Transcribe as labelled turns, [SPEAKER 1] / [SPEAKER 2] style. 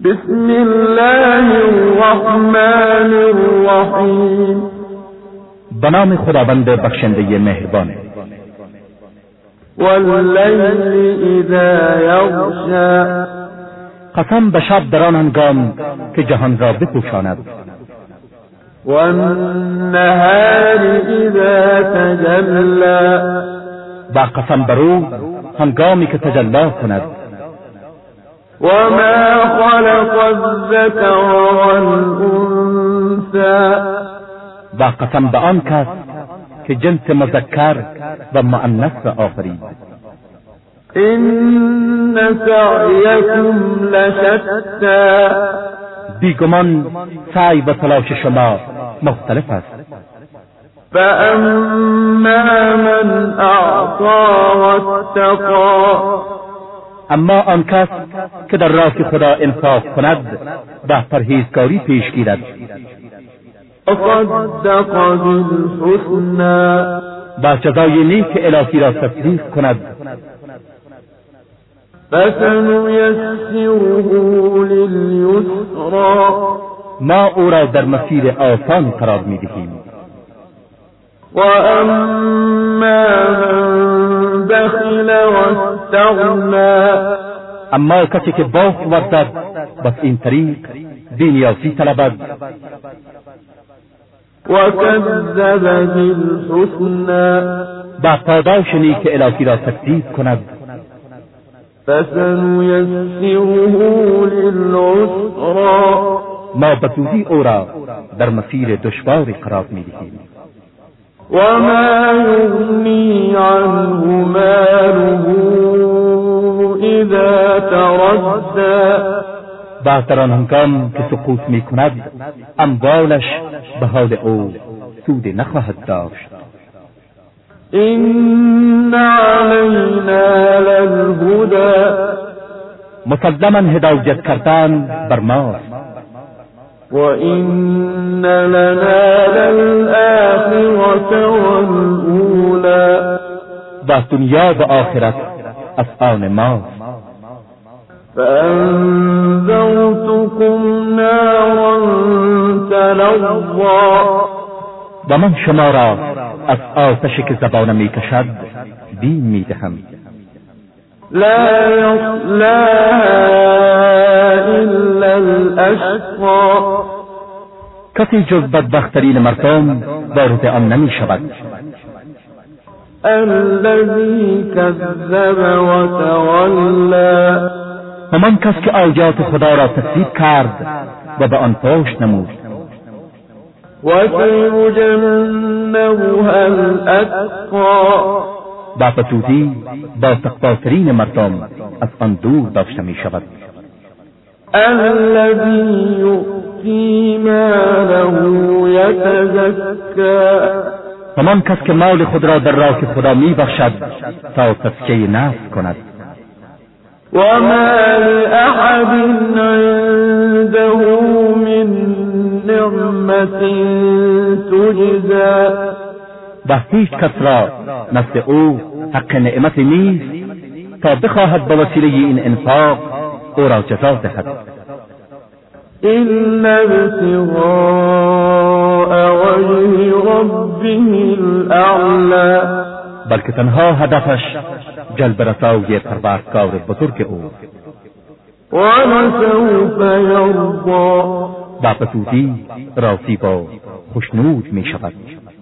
[SPEAKER 1] بسم الله الرحمن الرحیم
[SPEAKER 2] به نام خداوند بخشنده مهربان
[SPEAKER 1] واللیل اذا یغشا
[SPEAKER 2] قسم به شب در آن هنگام که جهان را بپوشاند
[SPEAKER 1] والنهار اذا تجلى
[SPEAKER 2] و قسم به روز هنگامی که تجلا کند
[SPEAKER 1] وما خلق الذكر والانثى
[SPEAKER 2] و قسم به آن کس که جنس مذکر و مؤنث را آفرید
[SPEAKER 1] ان سعيكم لشتى
[SPEAKER 2] بیگمان سعی و تلاش شما مختلف است
[SPEAKER 1] فاما من اعطى واتقى
[SPEAKER 2] اما آن کس که در راه خدا انصاف کند و پرهیزکاری پیش گیرد
[SPEAKER 1] وصدق بالحسنى
[SPEAKER 2] و جزای نیک الهی را تصدیق کند
[SPEAKER 1] فسنيسره لليسرى
[SPEAKER 2] ما او را در مسیر آسان قرار می دهیم
[SPEAKER 1] واما من بخل واستغنى
[SPEAKER 2] اما کسی که باخت وردد بس این طریق بینیازی طلبد
[SPEAKER 1] وكذب بالحسنى
[SPEAKER 2] و پاداش نیک الهی را تکذیب کند
[SPEAKER 1] فسنيسره للعسرى
[SPEAKER 2] ما بزودی او را در مسیر دشوار قرار می دهیم
[SPEAKER 1] وما يغني عنه ماله إذا تردى
[SPEAKER 2] و در آن هنگام که سقوط می کند اموالش به حال او سود نخواهد داشت
[SPEAKER 1] إن علينا للهدى
[SPEAKER 2] مسلما هدایت کردن بر ماست
[SPEAKER 1] وإن لنا للآخرة والأولى
[SPEAKER 2] و دنیا و آخرت از آن ماست
[SPEAKER 1] فأنذرتكم نارا تلظى
[SPEAKER 2] و من شما را از آتشی که زبانم می کشد بیم می دهم
[SPEAKER 1] لا يصلاها إلا الأشقى
[SPEAKER 2] کسی جز بدبختترین مردم وارد آن نمی شود
[SPEAKER 1] الذي كذب وتولى
[SPEAKER 2] همان کس که آیات خدا را تصدیق کرد و به آن پشت نمود
[SPEAKER 1] وسيجنبها الأتقى
[SPEAKER 2] و به زودی با تقواترین مردم از آن دور داشته می شود
[SPEAKER 1] الذي يؤتي ماله يتزكى
[SPEAKER 2] همان کس که مال خود را در راه خدا می بخشد تا تزکیه نفس کند
[SPEAKER 1] وما لأحد عنده من نعمة تجزى
[SPEAKER 2] و هیچ کس را نزد او حق نعمت نیست تا بخواهد به وسیله این انفاق او را جزا دهد
[SPEAKER 1] إلا ابتغاء وجه ربه الأعلى
[SPEAKER 2] بلکه تنها هدفش جلب رسای پروردگار بزرگ او
[SPEAKER 1] ولسوف يرضى
[SPEAKER 2] و به زودی راضی و خشنود می شود